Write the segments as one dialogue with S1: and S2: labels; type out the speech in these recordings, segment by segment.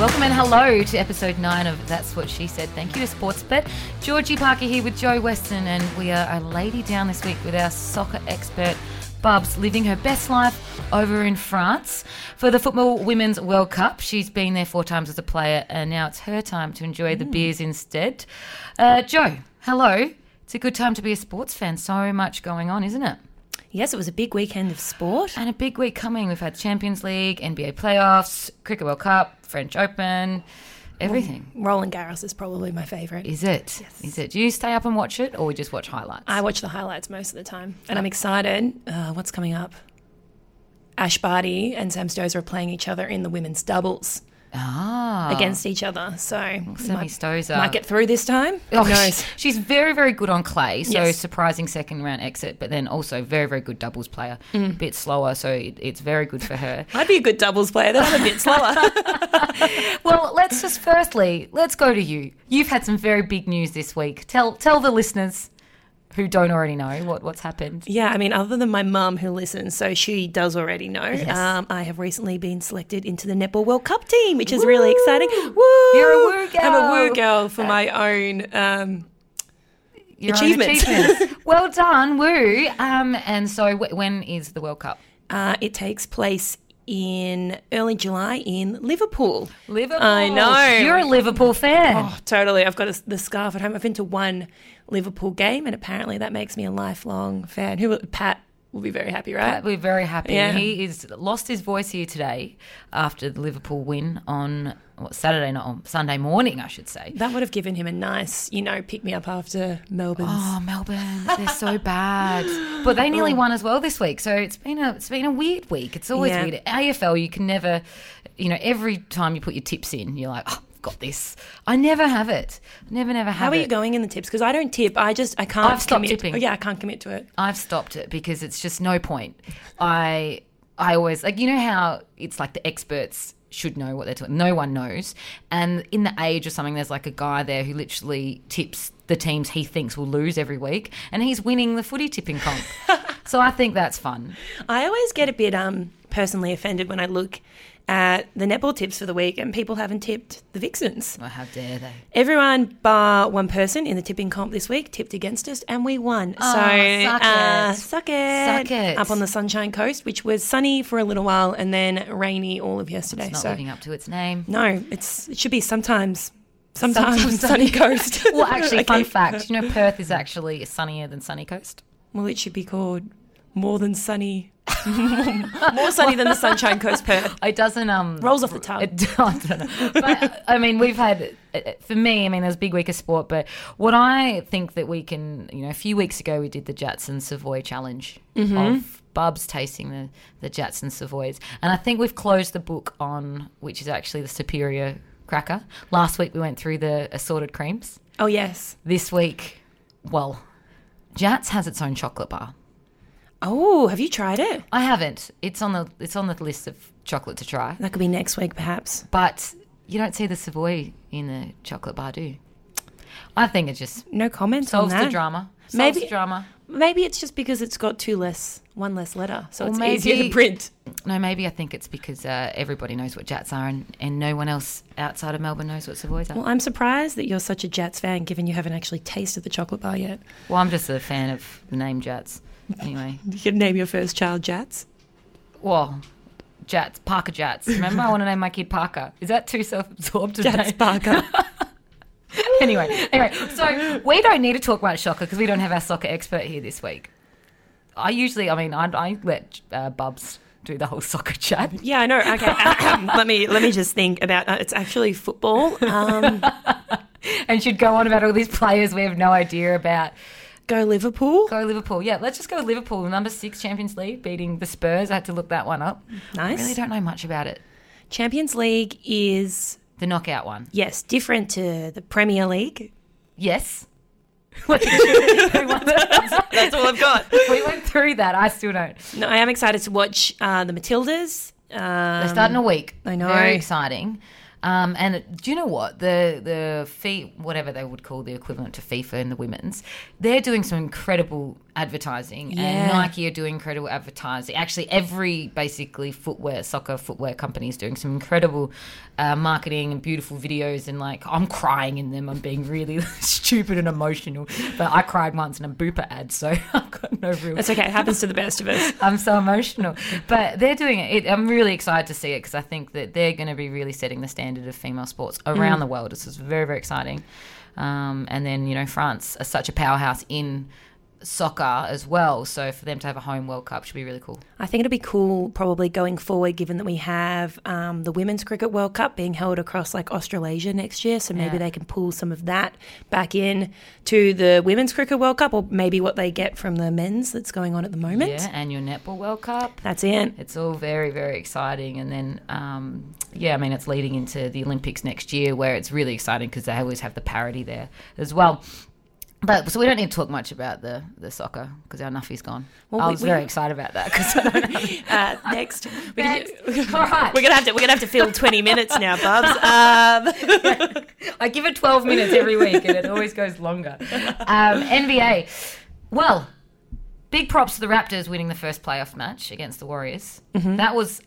S1: hello to episode 9 of That's What She Said. Thank you to Sportsbet. Georgie Parker here with Joe Weston, and we are a lady down this week with our soccer expert, Bubs, living her best life over in France for the Football Women's World Cup. She's been there four times as a player, and now it's her time to enjoy the beers instead. Uh, Joe, hello. It's a good time to be a sports fan. So much going on, isn't it?
S2: Yes, it was a big weekend of sport.
S1: And a big week coming. We've had Champions League, NBA playoffs, Cricket World Cup, French Open, everything.
S2: Roland Garros is probably my favourite.
S1: Is it? Is it? Do you stay up and watch it, or just watch highlights?
S2: I watch the highlights most of the time, and I'm excited. Uh, what's coming up? Ash Barty and Sam Stosur are playing each other in the women's doubles
S1: ah,
S2: against each other. So
S1: Sammy
S2: might,
S1: Stosur.
S2: might get through this time.
S1: Oh,
S2: Who knows?
S1: she's very, very good on clay. So
S2: Yes.
S1: surprising second round exit, but then also very, very good doubles player. A bit slower, so it, it's very good for her.
S2: I'd be a good doubles player. Then I'm a bit slower.
S1: well, let's just firstly let's go to you. You've had some very big news this week. Tell tell the listeners who don't already know what what's happened.
S2: yeah, I mean, other than my mum who listens, so she does already know.
S1: Yes.
S2: Um, I have recently been selected into the netball World Cup team, which is really exciting. Woo!
S1: You're a woo
S2: I'm a Uh,
S1: girl.
S2: woo girl for my own. Um,
S1: Your own
S2: Achievements.
S1: achievements. well done, woo. Um, and so w- when is the World Cup?
S2: Uh, it takes place in early July in Liverpool.
S1: Liverpool.
S2: I know.
S1: You're a Liverpool fan.
S2: Oh, totally. I've got a, the scarf at home. I've been to one Liverpool game, and apparently that makes me a lifelong fan. Who will- Pat will be very happy, right?
S1: We're very happy.
S2: Yeah.
S1: He is lost his voice here today after the Liverpool win on what, Saturday night, on Sunday morning, I should say.
S2: That would have given him a nice, you know, pick me up after Melbourne's.
S1: Oh, Melbourne, they're so bad. But they nearly won as well this week. So it's been a it's been a weird week. It's always
S2: Yeah.
S1: weird. At AFL, you can never, you know, every time you put your tips in, you're like, oh, I've got this. I never have it. Never, never have
S2: How are
S1: it.
S2: you going in the tips? Because I don't tip. I just I can't.
S1: I've stopped
S2: commit.
S1: tipping.
S2: Oh, yeah, I can't commit to it.
S1: I've stopped it because it's just no point. I I always like you know how it's like the experts should know what they're talking. No one knows, and in the age or something, there's like a guy there who literally tips the teams he thinks will lose every week, and he's winning the footy tipping comp. so I think that's fun.
S2: I always get a bit um personally offended when I look at the netball tips for the week and people haven't tipped the Vixens.
S1: Oh, how dare they?
S2: Everyone bar one person in the tipping comp this week tipped against us, and we won.
S1: Oh,
S2: so
S1: suck
S2: uh,
S1: it.
S2: suck it,
S1: Suck it.
S2: Up on the Sunshine Coast, which was sunny for a little while and then rainy all of yesterday.
S1: It's not
S2: so
S1: living up to its name.
S2: no, it's it should be sometimes, sometimes,
S1: Sometimes
S2: sunny coast.
S1: Well, actually, fun
S2: Okay.
S1: fact: you know, Perth is actually sunnier than Sunny Coast.
S2: Well, it should be called more than sunny, more sunny than the Sunshine Coast Perth.
S1: It doesn't um
S2: Rolls off the tongue.
S1: It, I don't know. But, I mean, we've had for me. I mean, there's a big week of sport, but what I think that we can, you know, a few weeks ago we did the Jatson Savoy challenge of Bubs tasting the the Jatson Savoys, and I think we've closed the book on which is actually the superior cracker. Last week we went through the assorted creams.
S2: Oh yes.
S1: This week, well, Jats has its own chocolate bar.
S2: Oh, have you tried it?
S1: I haven't. It's on the it's on the list of chocolate to try.
S2: That could be next week, perhaps.
S1: But you don't see the Savoy in the chocolate bar, do you? I think it just
S2: No comments
S1: solves
S2: on that.
S1: the drama. Solves
S2: Maybe-
S1: the drama.
S2: Maybe it's just because it's got two less, one less letter, so
S1: Or
S2: it's
S1: maybe-
S2: easier to print.
S1: No, maybe I think it's because uh, everybody knows what Jats are and, and no one else outside of Melbourne knows what Savoys are.
S2: Well,
S1: Well,
S2: I'm surprised that you're such a Jats fan, given you haven't actually tasted the chocolate bar yet.
S1: I'm just a fan of the name Jats. Anyway,
S2: You could name your first child Jats.
S1: well, Jats, Parker Jats. Remember, I want to name my kid Parker. Is that too self absorbed to
S2: Jats
S1: name?
S2: Parker.
S1: anyway, anyway, so we don't need to talk about soccer because we don't have our soccer expert here this week. I usually, I mean, I, I let uh, Bubs do the whole soccer chat.
S2: yeah, I know. Okay, let me let me just think about. Uh, it's actually football. Um,
S1: and she'd go on about all these players we have no idea about.
S2: go Liverpool.
S1: Go Liverpool. Yeah, let's just go Liverpool. Number six Champions League beating the Spurs. I had to look that one up. I
S2: Nice.
S1: really don't know much about it.
S2: Champions League is
S1: The knockout one.
S2: yes different to the Premier League.
S1: Yes. Like, we went-
S2: That's all I've got.
S1: we went through that. I still don't.
S2: No, I am excited to watch uh, the Matildas. Um,
S1: They start in a week.
S2: I know.
S1: Very exciting. Um, and it- do you know what the the fee whatever they would call the equivalent to FIFA in the women's, they're doing some incredible advertising, and
S2: Yeah.
S1: Nike are doing incredible advertising. Actually, every basically footwear soccer footwear company is doing some incredible uh, marketing and beautiful videos. And like I'm crying in them. I'm being really stupid and emotional, but I cried once in a Booper ad, so I've got no real.
S2: That's okay. It happens to the best of us.
S1: I'm so emotional. But they're doing it. it I'm really excited to see it because I think that they're going to be really setting the standard of female sports around the world. This is very, very exciting. Um, and then, you know, France is such a powerhouse in soccer as well. So for them to have a home World Cup should be really cool.
S2: I think it'll be cool probably going forward, given that we have um, the Women's Cricket World Cup being held across like Australasia next year. So maybe
S1: Yeah.
S2: they can pull some of that back in to the Women's Cricket World Cup or maybe what they get from the men's that's going on at the moment.
S1: Yeah. And your Netball World Cup.
S2: That's it.
S1: It's all very, very exciting. And then, um, yeah, I mean, it's leading into the Olympics next year where it's really exciting because they always have the parity there as well. But so we don't need to talk much about the, the soccer because our Nuffy's gone.
S2: Well,
S1: I
S2: we-
S1: was
S2: we-
S1: very excited about that because
S2: Uh, next. We can-
S1: all right,
S2: We're gonna have to we're gonna have to fill twenty minutes now, Bubs. Um,
S1: I give it twelve minutes every week and it always goes longer. Um, NBA, well, big props to the Raptors winning the first playoff match against the Warriors. That was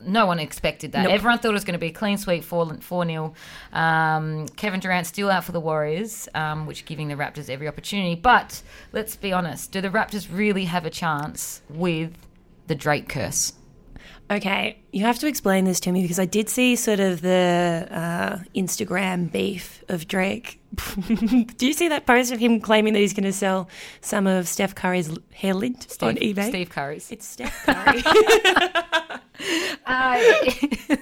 S1: no one expected that.
S2: Mm-hmm. Nope.
S1: Everyone thought it was going to be a clean sweep, four four nil. Um, Kevin Durant still out for the Warriors, um, which giving the Raptors every opportunity. But let's be honest, do the Raptors really have a chance with the Drake curse?
S2: okay, you have to explain this to me because I did see sort of the uh, Instagram beef of Drake. Do you see that post of him claiming that he's going to sell some of Steph Curry's l- hair lint on
S1: Steve-
S2: eBay?
S1: Steve Curry's.
S2: It's Steph Curry.
S1: Uh,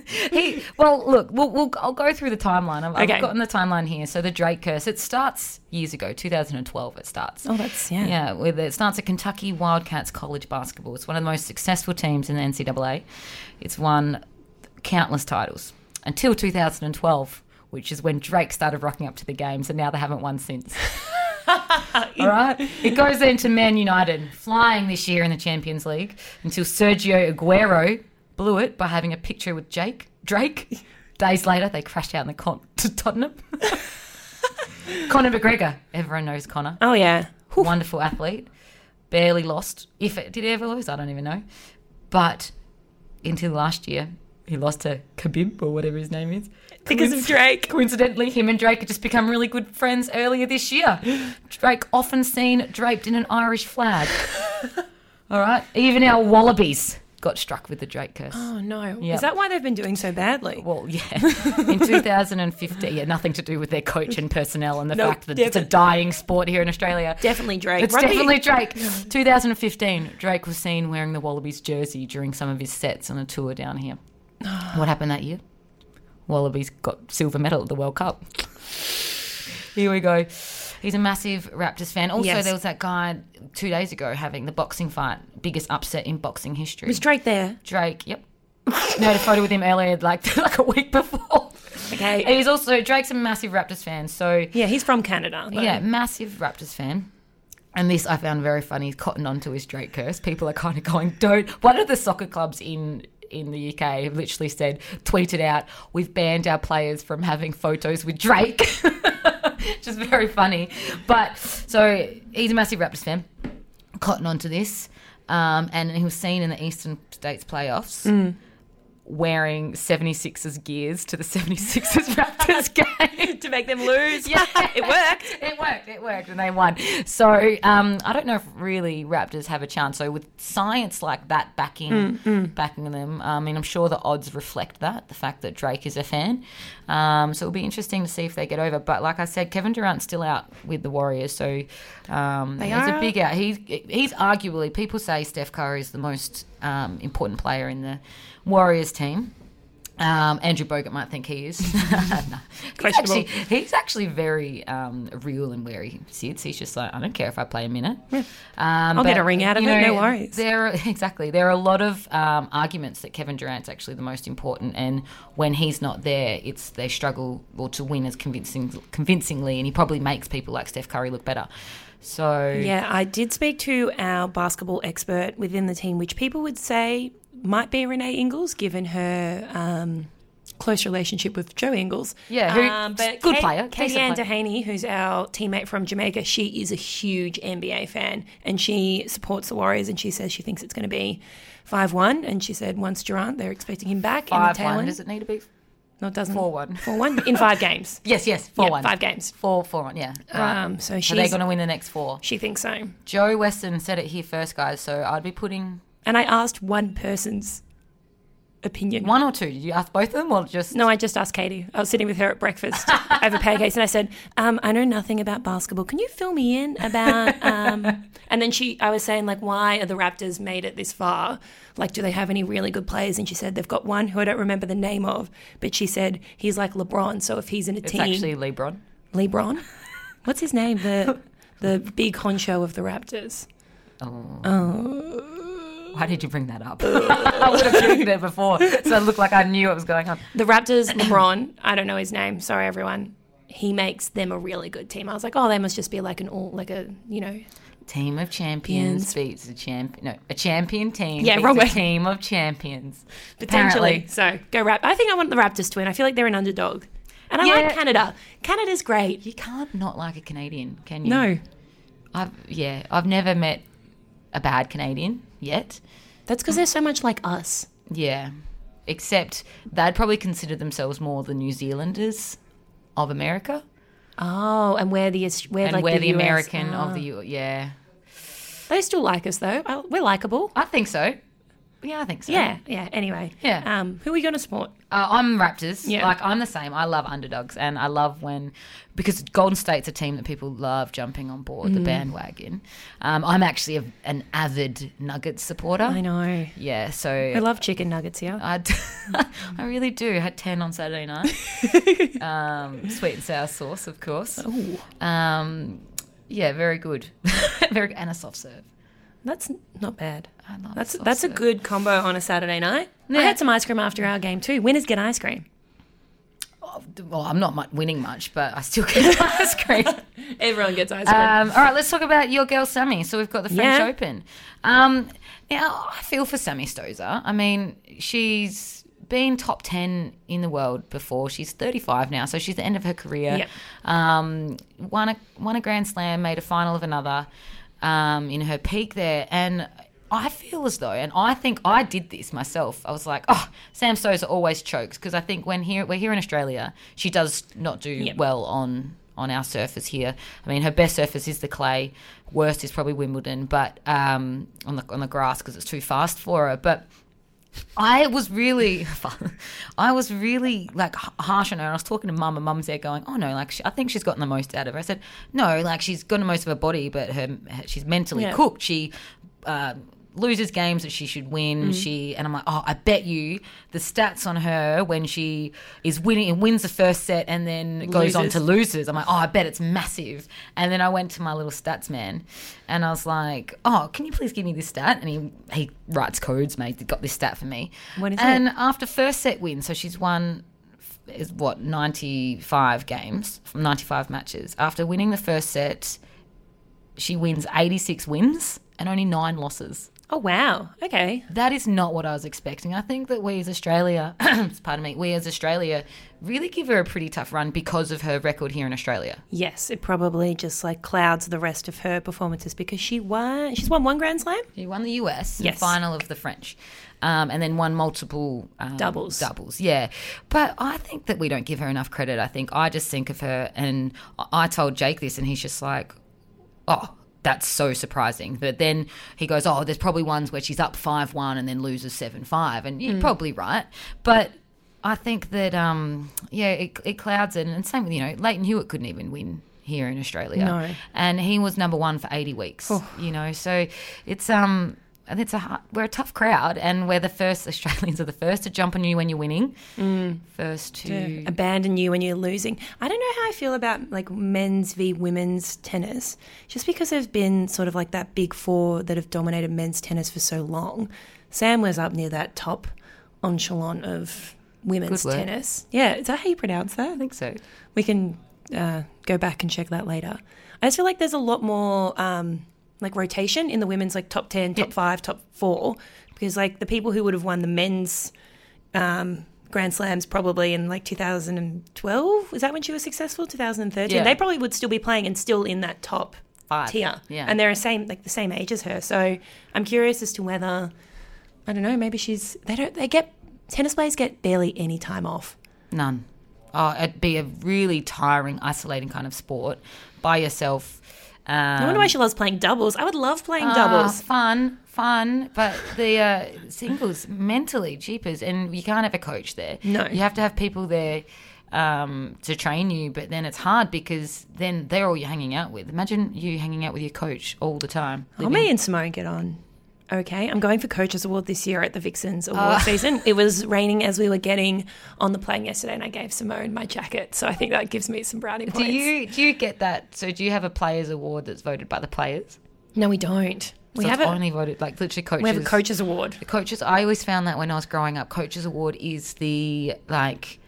S1: he well, look, we'll, we'll I'll go through the timeline. I've,
S2: Okay.
S1: I've gotten the timeline here. So the Drake curse. It starts years ago, 2012. It starts.
S2: oh, that's yeah.
S1: Yeah, with it starts at Kentucky Wildcats college basketball. It's one of the most successful teams in the NCAA. It's won countless titles until 2012, which is when Drake started rocking up to the games, and now they haven't won since. All right. It goes then to Man United, flying this year in the Champions League until Sergio Aguero blew it by having a picture with Jake Drake. Days later, they crashed out in the con- to Tottenham. Conor McGregor, everyone knows Conor,
S2: Oh yeah. Whew.
S1: wonderful athlete, barely lost. If it, did he ever lose, I don't even know. But until last year, he lost to Khabib or whatever his name is.
S2: Because of Drake.
S1: Coincidentally, him and Drake had just become really good friends earlier this year. Drake often seen draped in an Irish flag. All right, even our wallabies got struck with the Drake curse.
S2: Oh no.
S1: Yeah.
S2: Is that why they've been doing so badly?
S1: Well, yeah. In 2015, yeah, nothing to do with their coach and personnel and the
S2: Nope,
S1: fact that it's a
S2: definitely.
S1: dying sport here in Australia.
S2: Definitely Drake.
S1: It's
S2: Rugby-
S1: definitely Drake. 2015, Drake was seen wearing the Wallabies jersey during some of his sets on a tour down here. what happened that year? Wallabies got silver medal at the World Cup. Here we go. He's a massive Raptors fan. Also,
S2: Yes.
S1: there was that guy two days ago having the boxing fight, biggest upset in boxing history.
S2: Was Drake there?
S1: Drake, yep. No, I had a photo with him earlier, like like a week before.
S2: Okay.
S1: And he's also Drake's a massive Raptors fan, so
S2: Yeah, he's from Canada. though.
S1: yeah, massive Raptors fan. And this I found very funny. He's cottoned onto his Drake curse. People are kind of going, "Don't." One of the soccer clubs in in the UK have literally said, tweeted out, "We've banned our players from having photos with Drake," which is very funny. But so he's a massive Raptors fan. Cotton onto this, um, and he was seen in the Eastern States playoffs. Wearing 76ers gears to the 76ers Raptors game.
S2: to make them lose.
S1: Yeah.
S2: it worked.
S1: It worked. It worked, and they won. So um, I don't know if really Raptors have a chance. So with science like that backing
S2: Mm,
S1: backing them, I mean, I'm sure the odds reflect that the fact that Drake is a fan. Um, so it'll be interesting to see if they get over. But like I said, Kevin Durant's still out with the Warriors, so um,
S2: They
S1: he's a
S2: are-
S1: big out. He's he's arguably people say Steph Curry is the most um, important player in the Warriors team. Um, Andrew Bogut might think he is. No. He's
S2: Questionable.
S1: actually, he's actually very um, real in where he sits. He's just like, I don't care if I play a minute. Um,
S2: I'll get a ring out of
S1: you
S2: it, no worries.
S1: There, are- exactly. There are a lot of um, arguments that Kevin Durant's actually the most important, and when he's not there, it's they struggle or to win as convincing, convincingly, and he probably makes people like Steph Curry look better. So
S2: Yeah, I did speak to our basketball expert within the team, which people would say might be Renee Ingles, given her um, close relationship with Joe Um, Ingles.
S1: Yeah, who- good player,
S2: Katie
S1: decent
S2: Ann
S1: player.
S2: Dehaney, who's our teammate from Jamaica, she is a huge NBA fan and she supports the Warriors and she says she thinks it's going to be 5 1. And she said once Durant, they're expecting him back. in the
S1: Five
S2: tail
S1: one.
S2: end.
S1: Does it need to be?
S2: No, it doesn't.
S1: 4-1.
S2: 4 1 in five games.
S1: Yes, yes, four
S2: Yeah,
S1: one.
S2: Five games.
S1: Four four one. Yeah. Right.
S2: Um, so
S1: so they're
S2: she's,
S1: going to win the next four.
S2: she thinks so.
S1: Joe Weston said it here first, guys. So I'd be putting
S2: And I asked one person's opinion.
S1: one or two. Did you ask both of them or just?
S2: No, I just asked Katie. I was sitting with her at breakfast over pancakes, and I said, um, "I know nothing about basketball. Can you fill me in about?" Um... and then she, I was saying like, "Why are the Raptors made it this far? Like, do they have any really good players?" And she said, "They've got one who I don't remember the name of, but she said he's like LeBron. So if he's in a
S1: It's
S2: team,
S1: actually LeBron.
S2: LeBron, what's his name? The the big honcho of the Raptors.
S1: Oh.
S2: Oh.
S1: Why did you bring that up? I would have joked it before, so it looked like I knew what was going on.
S2: The Raptors, LeBron, I don't know his name. Sorry, everyone." He makes them a really good team. I was like, oh, they must just be like an all, like a, you know,
S1: Team of champions
S2: Champions.
S1: beats a champion. No, a champion team.
S2: Yeah,
S1: beats
S2: wrong
S1: a
S2: way.
S1: Team of champions.
S2: Potentially.
S1: Apparently.
S2: So go Rap. I think I want the Raptors to win. I feel like they're an underdog. And I like
S1: Yeah.
S2: Canada. Canada's great.
S1: You can't not like a Canadian, can you?
S2: No,
S1: I've yeah, I've never met a bad Canadian yet.
S2: that's because they're so much like us.
S1: Yeah. Except they'd probably consider themselves more the New Zealanders of America.
S2: Oh, and we're the Aus- we're
S1: And
S2: like
S1: we're the,
S2: US.
S1: American
S2: Oh.
S1: of the U yeah.
S2: They still like us though. Oh, We're likable.
S1: I think so. Yeah, I think so.
S2: Yeah, yeah. Anyway,
S1: Yeah.
S2: Um, who are we going to support?
S1: Uh, I'm Raptors.
S2: Yeah.
S1: Like I'm the same. I love underdogs, and I love when because Golden State's a team that people love jumping on board
S2: Mm.
S1: the bandwagon. Um, I'm actually a, an avid Nuggets supporter.
S2: I know.
S1: Yeah, so
S2: I love chicken nuggets here.
S1: I, d- I really do. I had 10 on Saturday night. um, sweet and sour sauce, of course.
S2: Ooh,
S1: Um, yeah, very good. very good. And a soft serve.
S2: that's not bad.
S1: I love
S2: That's
S1: soft
S2: that's a
S1: serve.
S2: good combo on a Saturday night. I
S1: Yeah.
S2: had some ice cream after our game too. Winners get ice cream.
S1: Oh, Well, I'm not mu- winning much, but I still get ice cream.
S2: Everyone gets ice cream.
S1: Um, all right, let's talk about your girl Sammy. So we've got the French
S2: Yeah.
S1: Open. Um, now I feel for Sammy Stozer. I mean, she's been top ten in the world before. She's thirty five now, so she's the end of her career.
S2: Yep.
S1: Um, won a won a Grand Slam, made a final of another um, in her peak there, and. I feel as though, and I think I did this myself. I was like, "Oh, Sam Stozer always chokes," because I think when here we're here in Australia, she does not do
S2: Yep.
S1: well on on our surface here. I mean, her best surface is the clay. Worst is probably Wimbledon, but um, on the on the grass because it's too fast for her. But I was really, I was really like h- harsh on her. And I was talking to mum, and mum's there going, "Oh no, like she, I think she's gotten the most out of her." I said, "No, like she's gotten the most of her body, but her she's mentally
S2: Yeah.
S1: cooked. She." Um, loses games that she should win
S2: Mm.
S1: she and i'm like oh i bet you the stats on her when she is winning and wins the first set and then goes on
S2: Loses.
S1: to loses i'm like oh i bet it's massive and then i went to my little stats man and i was like oh can you please give me this stat and he he writes codes mate he got this stat for me
S2: What is
S1: and after first set win, so she's won f- is what 95 games from 95 matches. After winning the first set, she wins 86 wins and only 9 losses.
S2: oh wow. Okay.
S1: That is not what I was expecting. I think that we as Australia, pardon me, we as Australia really give her a pretty tough run because of her record here in Australia.
S2: Yes, it probably just like clouds the rest of her performances because she won. She's won one Grand Slam.
S1: She won the US in the
S2: Yes.
S1: final of the French, um, and then won multiple um,
S2: Doubles.
S1: Doubles, yeah. But I think that we don't give her enough credit. I think I just think of her, and I- I told Jake this, and he's just like, "Oh, that's so surprising." But then he goes, "Oh, there's probably ones where she's up five one and then loses seven five, and
S2: Hmm.
S1: you're probably right." But I think that um, yeah, it, it clouds it, and same with you know, Leighton Hewitt couldn't even win. Here in Australia,
S2: No.
S1: and he was number one for eighty weeks. You know, so it's um, and it's a hard, we're a tough crowd, and we're the first Australians are the first to jump on you when you're winning,
S2: Hmm.
S1: first to
S2: Abandon you when you're losing. I don't know how I feel about like men's v women's tennis, just because there's been sort of like that big four that have dominated men's tennis for so long. Sam was up near that top echelon of women's
S1: Good word.
S2: tennis. Yeah, is that how you pronounce that?
S1: I think so.
S2: we can uh, go back and check that later. I just feel like there's a lot more um, like rotation in the women's like top ten, top five, top four, because like the people who would have won the men's um, Grand Slams probably in like 2012. Was that when she was successful? 2013.
S1: Yeah.
S2: They probably would still be playing and still in that top
S1: Five.
S2: tier.
S1: Yeah.
S2: And they're the same like the same age as her. So I'm curious as to whether I don't know, maybe she's they don't they get tennis players get barely any time off.
S1: None. Oh, it'd be a really tiring, isolating kind of sport by yourself. Um,
S2: I wonder why she loves playing doubles. I would love playing
S1: ah,
S2: doubles.
S1: fun, fun, but the uh, singles mentally cheapers, and you can't have a coach there.
S2: No.
S1: you have to have people there um, to train you, but then it's hard because then they're all you're hanging out with. Imagine you hanging out with your coach all the time.
S2: Oh, me and Simone get on. Okay, I'm going for Coaches Award this year at the
S1: Ah.
S2: Vixens Award season. It was raining as we were getting on the plane yesterday, and I gave Simone my jacket, so I think that gives me some brownie
S1: Do
S2: points.
S1: you do you get that? So do you have a players award that's voted by the players?
S2: No, we don't. We
S1: so
S2: have
S1: it's
S2: a,
S1: only voted like literally coaches.
S2: we have a Coaches Award.
S1: The coaches. I always found that when I was growing up, coaches award is the like,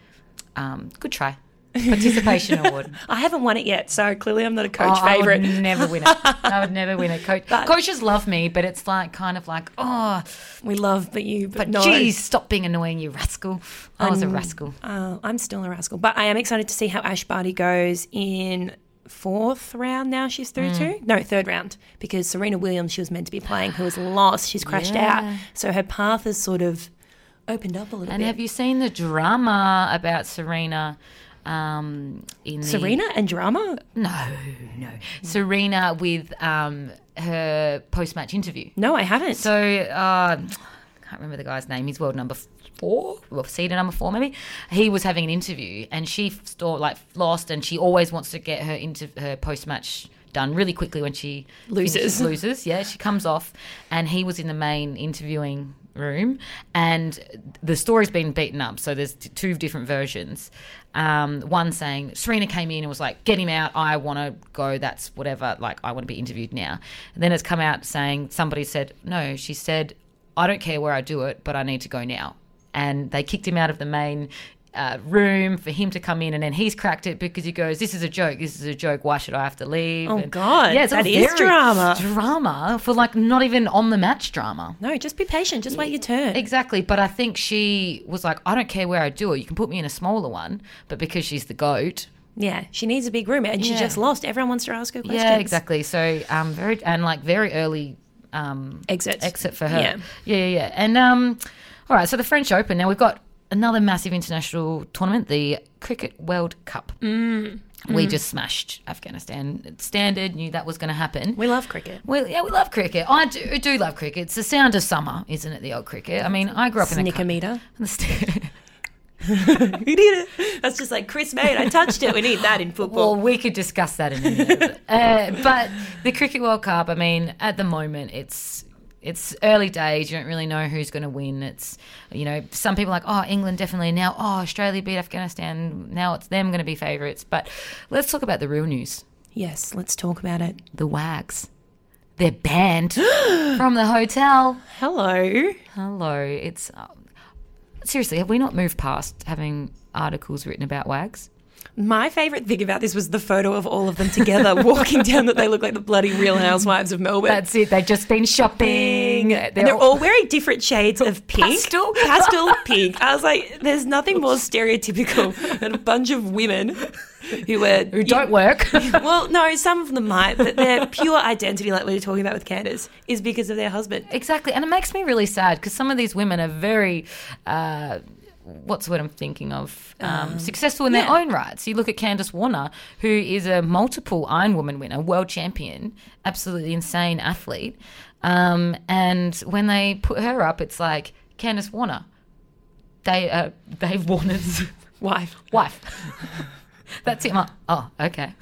S1: um, good try, participation award.
S2: I haven't won it yet, so clearly I'm not a
S1: Oh,
S2: coach
S1: I
S2: favorite.
S1: would never win it. I would never win it. Coach, coaches love me, but it's like kind of like, oh,
S2: We love, but you, but,
S1: but
S2: no.
S1: geez, stop being annoying, you rascal. I was a rascal.
S2: Uh, I'm still a rascal, but I am excited to see how Ash Barty goes in fourth round. Now she's through
S1: Hmm.
S2: to no third round because Serena Williams she was meant to be playing, who was lost. She's crashed
S1: Yeah.
S2: out, so her path has sort of opened up a little
S1: And
S2: bit.
S1: have you seen the drama about Serena? Um, in the-
S2: Serena and drama?
S1: no, no, Serena with um her post match interview.
S2: No, I haven't.
S1: So uh, I can't remember the guy's name. He's world number four, well, seeded number four maybe. He was having an interview, and she f- store like lost, and she always wants to get her into her post match done really quickly when she
S2: Loses.
S1: finishes- loses. Yeah, she comes off, and he was in the main interviewing room, and the story's been beaten up. So there's t- two different versions. Um, one saying Serena came in and was like, "Get him out! I want to go. That's whatever. Like, I want to be interviewed now." And then it's come out saying somebody said, "No," she said, "I don't care where I do it, but I need to go now." And they kicked him out of the main uh, room for him to come in, and then he's cracked it because he goes, "This is a joke. This is a joke. Why should I have to leave?"
S2: Oh,
S1: And-
S2: God.
S1: yeah, it's
S2: That
S1: all
S2: is
S1: very
S2: drama.
S1: Drama for like not even on the match drama.
S2: no, just be patient. Just wait your turn.
S1: Exactly, but I think she was like, I don't care where I do it. You can put me in a smaller one, but because she's the goat,
S2: Yeah, she needs a big room, and she
S1: Yeah.
S2: just lost. Everyone wants to ask her questions.
S1: yeah, exactly. So um, very and like very early um
S2: Exit.
S1: exit for her.
S2: Yeah.
S1: Yeah. yeah, yeah, And um, all right. So the French Open. Now we've got another massive international tournament, the Cricket World Cup. Mm. We just smashed Afghanistan standard. Knew that was going to happen.
S2: We love cricket.
S1: Well, yeah, we love cricket. I do, do love cricket. It's the sound of summer, isn't it? The old cricket. I mean, I grew up in the cu-
S2: Snickometer.
S1: the.
S2: We did it. That's just like Chris made. I touched it. We need that in football.
S1: Well, we could discuss that in a minute. uh, but the Cricket World Cup, I mean, at the moment, it's it's early days. You don't really know who's going to win. It's you know, some people are like, oh, England definitely now. Oh, Australia beat Afghanistan. Now it's them going to be favourites. But let's talk about the real news.
S2: yes, let's talk about it.
S1: The Wags, they're banned from the hotel.
S2: Hello.
S1: Hello, it's um, seriously. Have we not moved past having articles written about wags?
S2: My favorite thing about this was the photo of all of them together walking down that they look like the bloody Real Housewives of Melbourne.
S1: That's it. They've just been shopping. They're,
S2: and they're all wearing different shades of pink.
S1: Pastel.
S2: Pastel pink. I was like, there's nothing more stereotypical than a bunch of women who were.
S1: who don't work.
S2: Well, no, some of them might, but their pure identity, like we were talking about with Candace, is because of their husband.
S1: exactly, and it makes me really sad because some of these women are very. Uh, What's the word I'm thinking of? Um, successful in their
S2: yeah.
S1: own rights. You look at Candace Warner, who is a multiple Ironwoman winner, world champion, absolutely insane athlete. Um, and when they put her up, it's like Candace Warner, they uh, Dave Warner's
S2: Wife.
S1: wife. That's it. I'm like, oh, okay.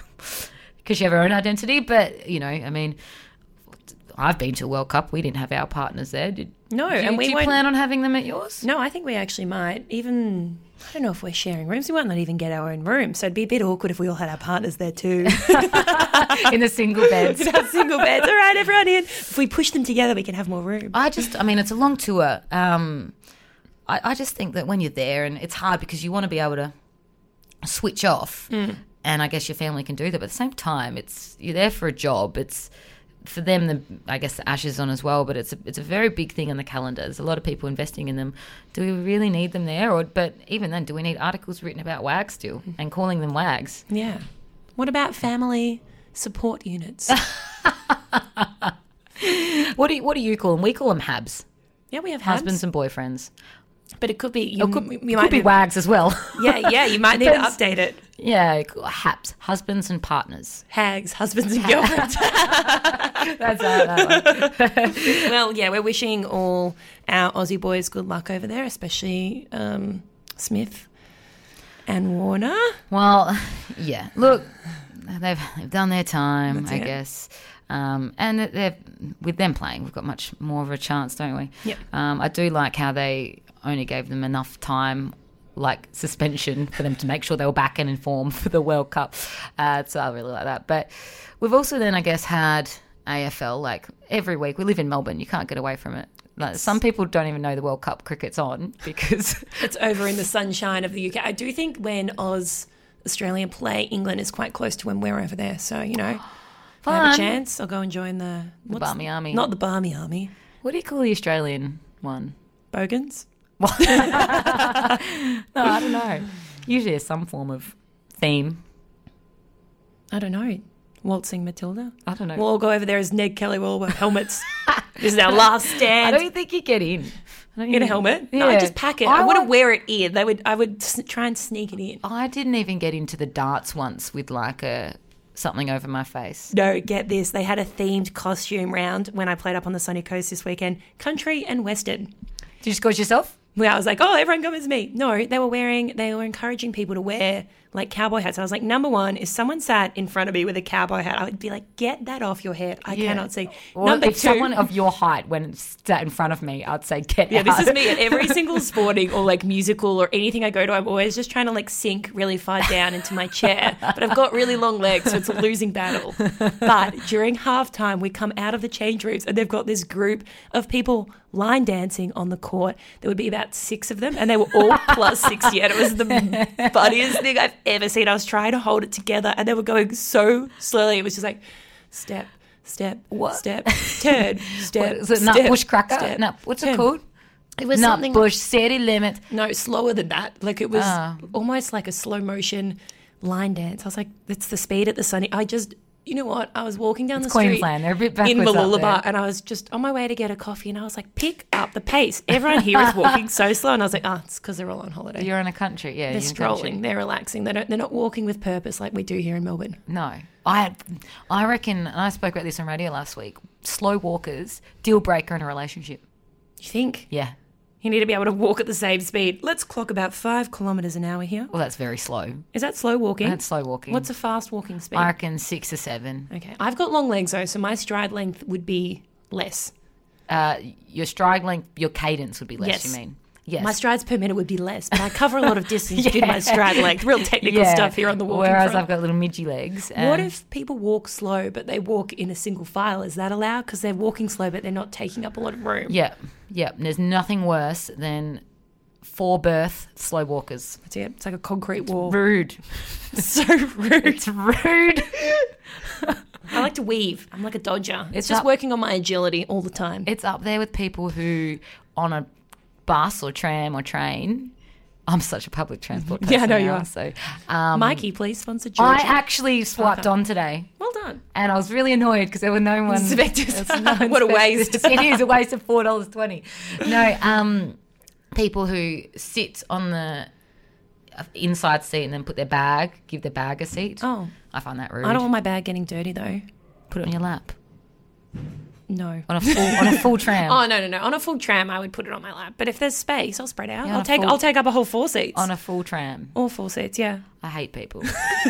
S1: Because you have her own identity, but you know, I mean, I've been to a World Cup. We didn't have our partners there. Did,
S2: No,
S1: do, you-
S2: and we
S1: do you
S2: won't-
S1: plan on having them at yours?
S2: No, I think we actually might. Even I don't know if we're sharing rooms. We might not even get our own room, so it'd be a bit awkward if we all had our partners there too.
S1: In the single beds.
S2: our single beds. All right, everyone in. If we push them together, we can have more room.
S1: I just, I mean, it's a long tour. Um, I, I just think that when you're there, and it's hard because you want to be able to switch
S2: Hmm.
S1: off, and I guess your family can do that. But at the same time, it's you're there for a job. It's for them, the, I guess the Ashes on as well, but it's a, it's a very big thing on the calendar. There's a lot of people investing in them. Do we really need them there? Or but even then, do we need articles written about wags still
S2: Hmm.
S1: and calling them wags?
S2: Yeah. What about family support units?
S1: What do you, what do you call them? We call them habs,
S2: yeah, we have
S1: husbands
S2: hubs,
S1: and boyfriends.
S2: but it could be you,
S1: Or could,
S2: you
S1: could
S2: might
S1: be
S2: need-
S1: wags as well.
S2: Yeah, yeah, you might need to
S1: Depends.
S2: update it.
S1: yeah, habs, husbands and partners.
S2: Hags, husbands and girlfriends.
S1: That's how that works.
S2: well, yeah, we're wishing all our Aussie boys good luck over there, especially um, Smith and Warner.
S1: Well, yeah. Look, they've they've done their time, I
S2: it.
S1: guess. Um, and that they've with them playing, we've got much more of a chance, don't we?
S2: Yep.
S1: Um, I do like how they only gave them enough time, like suspension, for them to make sure they were back and in form for the World Cup. Uh, so I really like that. But we've also then, I guess, had AFL like every week. We live in Melbourne; you can't get away from it. Like, some people don't even know the World Cup cricket's on because
S2: It's over in the sunshine of the UK. I do think when Oz Australia play England is quite close to when we're over there. So, you know, if I have
S1: Fun.
S2: a chance, I'll go and join the, what's-
S1: Um, Barmy Army.
S2: Not the Barmy Army.
S1: what do you call the Australian one?
S2: Bogans?
S1: No, I don't know. Usually there's some form of theme.
S2: I don't know. Waltzing Matilda?
S1: I don't know.
S2: We'll all go over there as Ned Kelly. We'll all wear helmets. this is our last
S1: I
S2: stand.
S1: don't think you get in. I don't
S2: In a
S1: think-
S2: helmet? No, I
S1: Yeah.
S2: just pack it.
S1: I
S2: I, wouldn't
S1: like-
S2: wear it in. They would. I would s- try and sneak it in.
S1: I didn't even get into the darts once with like a something over my face.
S2: No, get this. They had a themed costume round when I played up on the sunny coast this weekend. Country and western.
S1: Did you just cause yourself?
S2: Where I was like, oh, everyone come as me. No, they were wearing. They were encouraging people to wear like cowboy hats. I was like, number one, if someone sat in front of me with a cowboy hat, I would be like, get that off your head. I
S1: Yeah.
S2: cannot see.
S1: Or
S2: number
S1: if
S2: two.
S1: someone of your height when sat in front of me, I'd say get
S2: Yeah, this
S1: out.
S2: is me at every single sporting or like musical or anything I go to. I'm always just trying to like sink really far down into my chair, but I've got really long legs, so it's a losing battle. But during halftime, we come out of the change rooms and they've got this group of people line dancing on the court. There would be about six of them, and they were all plus 60, and it was the funniest thing I've ever seen. I was trying to hold it together, and they were going so slowly. It was just like step. Step,
S1: What?
S2: step, turn,
S1: What
S2: step.
S1: is it? Nut
S2: step,
S1: bushcracker?
S2: step,
S1: Nut, what's it
S2: turn.
S1: called?
S2: It was
S1: Nut
S2: something
S1: bush city limit.
S2: no, slower than that. Like it was
S1: Ah.
S2: almost like a slow motion line dance. I was like, that's the speed at the sunny. I just, you know what? I was walking down the
S1: Queensland. They're a bit
S2: street in
S1: backwards up
S2: Mooloolaba
S1: there.
S2: and I was just on my way to get a coffee and I was like, pick up the pace. Everyone here is walking so slow. And I was like, ah, it's because they're all on holiday.
S1: You're in a country, yeah. you're
S2: they're
S1: in a country.
S2: strolling. They're relaxing. They don't, they're not walking with purpose like we do here in Melbourne.
S1: No, I, I reckon, and I spoke about this on radio last week. Slow walkers, deal breaker in a relationship.
S2: You think
S1: Yeah,
S2: you need to be able to walk at the same speed? Let's clock about five kilometres an hour here.
S1: well, that's very slow.
S2: Is that slow walking?
S1: That's slow walking.
S2: What's a fast walking speed?
S1: I reckon six or seven.
S2: Okay. I've got long legs though, so my stride length would be less.
S1: Uh, your stride length, your cadence would be less.
S2: Yes.
S1: You mean? Yes.
S2: My strides per minute would be less, but I cover a lot of distance with my stride length. Real technical
S1: Yeah.
S2: stuff here on the walking
S1: Whereas
S2: front.
S1: I've got little midgy legs. And
S2: what if people walk slow, but they walk in a single file? Is that allowed? Because they're walking slow, but they're not taking up a lot of room.
S1: Yeah, yeah. and There's nothing worse than for birth slow walkers.
S2: That's it. It's like a concrete wall.
S1: Rude.
S2: so rude.
S1: It's rude.
S2: I like to weave. I'm like a dodger. It's,
S1: It's
S2: just
S1: up-
S2: working on my agility all the time.
S1: it's up there with people who on a bus or tram or train. I'm such a public transport person.
S2: Yeah, I know you
S1: now,
S2: are.
S1: So, um,
S2: Mikey, please sponsor
S1: I
S2: Georgia.
S1: actually swiped on today,
S2: well done.
S1: and I was really annoyed because there were no one.
S2: Inspectors.
S1: there's no one
S2: What a
S1: inspectors.
S2: waste.
S1: it is a waste of four dollars twenty. No, um, people who sit on the uh, inside seat and then put their bag, give their bag a seat.
S2: Oh,
S1: I find that rude.
S2: I don't want my bag getting dirty though.
S1: put it on your lap
S2: No.
S1: on a full on a full tram.
S2: Oh no no no! On a full tram, I would put it on my lap. But if there's space, I'll spread out.
S1: Yeah, on
S2: I'll
S1: a
S2: take
S1: full-
S2: I'll take up a whole four seats.
S1: on a full tram.
S2: All four seats, yeah.
S1: I hate people.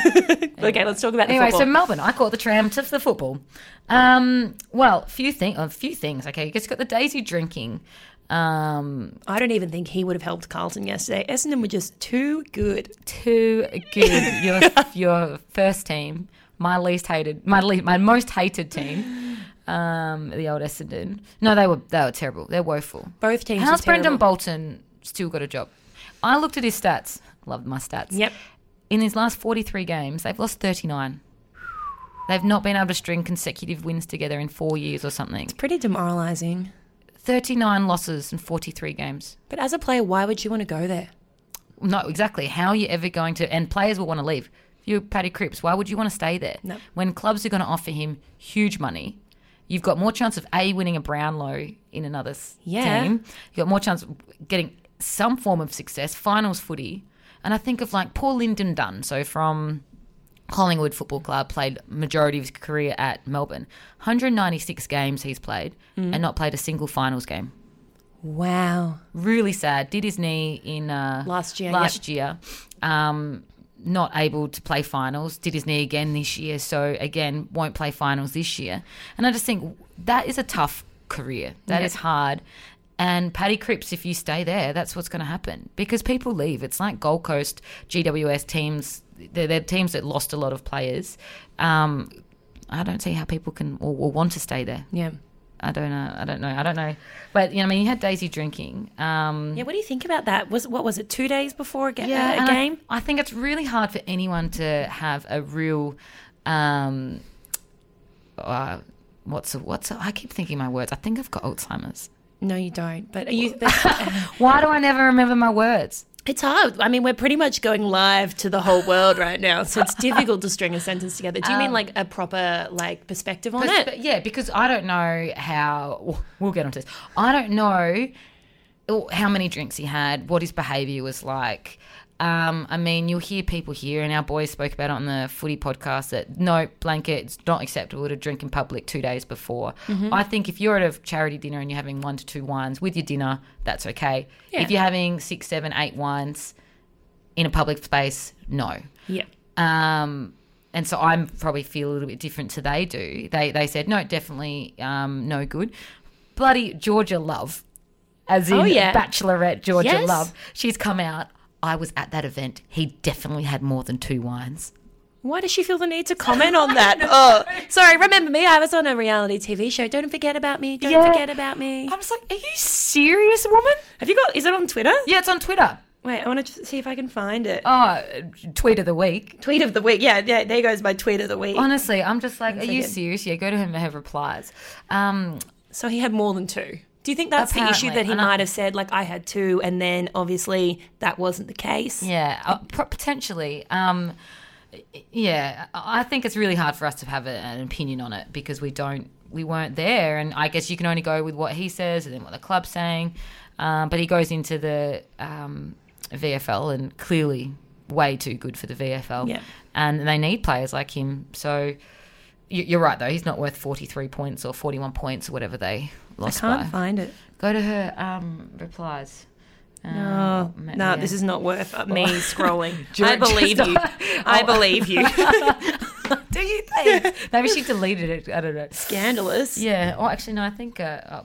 S2: Okay, let's talk about the
S1: Anyway, so
S2: football.
S1: Melbourne, I caught the tram to the football. Um, well, few thing, a few things. Okay, you just got the Daisy drinking. Um,
S2: I don't even think he would have helped Carlton yesterday. Essendon were just too good.
S1: too good. your your first team, my least hated, my le- my most hated team. Um, the old Essendon. No, they were they were terrible. They're woeful.
S2: Both teams.
S1: How's
S2: were terrible.
S1: Brendan Bolton still got a job? I looked at his stats. Loved my stats.
S2: Yep.
S1: In his last forty three games, they've lost thirty nine. They've not been able to string consecutive wins together in four years or something.
S2: Pretty demoralizing.
S1: 39 losses in 43 games.
S2: But as a player, why would you want to go there?
S1: No, exactly. How are you ever going to? And players will want to leave. If you're Paddy Cripps, why would you want to stay there?
S2: No.
S1: When clubs are going to offer him huge money, you've got more chance of A, winning a Brownlow in another s-
S2: Yeah.
S1: team. You've got more chance of getting some form of success, finals footy. And I think of like Paul Lyndon Dunn, so from Collingwood Football Club, played majority of his career at Melbourne. 196 games he's played
S2: Mm.
S1: and not played a single finals game
S2: Wow.
S1: really sad. Did his knee in uh,
S2: Last year,
S1: Last year, um, not able to play finals. Did his knee again this year, so again won't play finals this year. And I just think that is a tough career. That is
S2: Yeah.
S1: hard. And Paddy Cripps, if you stay there, that's what's going to happen because people leave. It's like Gold Coast GWS teams. They're, they're teams that lost a lot of players. Um, I don't see how people can or, or want to stay there.
S2: Yeah.
S1: I don't know. I don't know. I don't know. But you know, I mean, you had Daisy drinking. Um,
S2: Yeah. What do you think about that? Was what was it? Two days before a, ga- uh, a
S1: and I-
S2: game.
S1: I, think it's really hard for anyone to have a real. Um, uh, what's the, what's the, I keep thinking my words. I think I've got Alzheimer's.
S2: No, you don't. But are you?
S1: Why do I never remember my words?
S2: it's hard. I mean, we're pretty much going live to the whole world right now, so it's difficult to string a sentence together. Do you mean like a proper like perspective on
S1: But-
S2: it?
S1: but yeah, because I don't know how. We'll get onto this. I don't know oh, how many drinks he had, what his behaviour was like. Um, I mean, you'll hear people here, and our boys spoke about it on the footy podcast that no blanket, it's not acceptable to drink in public two days before.
S2: Mm-hmm.
S1: I think if you're at a charity dinner and you're having one to two wines with your dinner, that's okay.
S2: Yeah.
S1: If you're having six, seven, eight wines in a public space, no.
S2: Yeah.
S1: Um, and so I'm probably feel a little bit different to they do. They they said no, definitely um, no good. Bloody Georgia Love, as in
S2: Oh, yeah.
S1: Bachelorette Georgia
S2: Yes.
S1: Love. She's come out. I was at that event. He definitely had more than two wines.
S2: Why does she feel the need to comment on that? Oh, sorry. Remember me? I was on a reality TV show. Don't forget about me. Don't
S1: Yeah.
S2: forget about me.
S1: I was like, "Are you serious, woman?"
S2: Have you got? Is it on Twitter?
S1: Yeah, it's on Twitter.
S2: Wait, I want to see if I can find it.
S1: Oh, tweet of the week.
S2: Tweet of the week. Yeah, yeah. There goes my tweet of the week.
S1: Honestly, I'm just like, "Are you
S2: second.
S1: serious?" Yeah, go to him and have replies. Um,
S2: So he had more than two. Do you think that's the issue
S1: Apparently,
S2: that he
S1: and I-
S2: might have said, like, I had two, and then obviously that wasn't the case?
S1: Yeah, uh, pro- potentially. Um, yeah, I I think it's really hard for us to have a, an opinion on it because we don't, we weren't there, and I guess you can only go with what he says and then what the club's saying. Um, but he goes into the um, VFL and clearly way too good for the VFL,
S2: Yeah.
S1: and they need players like him. So you- you're right though, he's not worth 43 points or 41 points or whatever they
S2: I
S1: lost
S2: can't
S1: by.
S2: find it.
S1: go to her um, replies. Um,
S2: No,
S1: ma-
S2: no,
S1: yeah.
S2: this is not worth uh, me scrolling.
S1: Do you
S2: I
S1: want-
S2: believe
S1: just-
S2: you. I believe you.
S1: Do you think? Maybe she deleted it. I don't know.
S2: Scandalous.
S1: Yeah. Oh, actually, no. I think uh, oh,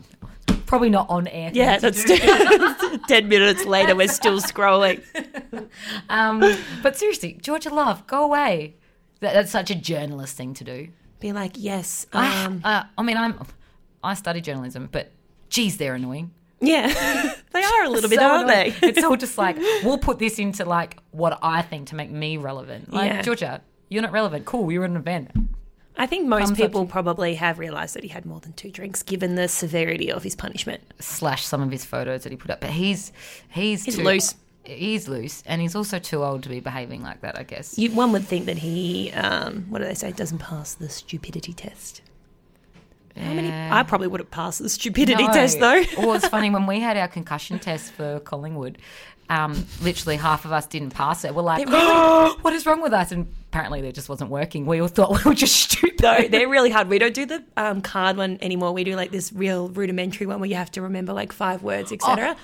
S1: probably not on air.
S2: Yeah,
S1: thing
S2: that's
S1: to do.
S2: ten minutes later. We're still scrolling.
S1: Um, but seriously, Georgia Love, go away. That, that's such a journalist thing to do.
S2: Be like, yes,
S1: I,
S2: um,
S1: uh, I mean, I'm, I study journalism, but geez, they're annoying.
S2: yeah, they are a little bit,
S1: So
S2: aren't
S1: annoying.
S2: they?
S1: it's all just like we'll put this into like what I think to make me relevant. Like
S2: Yeah.
S1: Georgia, you're not relevant. Cool, you're at an event.
S2: I think
S1: Thumbs
S2: most
S1: up
S2: people probably have realised that he had more than two drinks, given the severity of his punishment.
S1: slash some of his photos that he put up. But he's he's
S2: He's
S1: too,
S2: loose.
S1: He's loose, and he's also too old to be behaving like that. I guess.
S2: You, one would think that he, um, what do they say, doesn't pass the stupidity test. How many? I probably would have passed the stupidity
S1: No.
S2: test though.
S1: well, it's funny when we had our concussion test for Collingwood. Um, literally half of us didn't pass it. We're like, what is wrong with us? And apparently, it just wasn't working. We all thought we were just stupid.
S2: No, they're really hard. We don't do the um, card one anymore. We do like this real rudimentary one where you have to remember like five words, etc.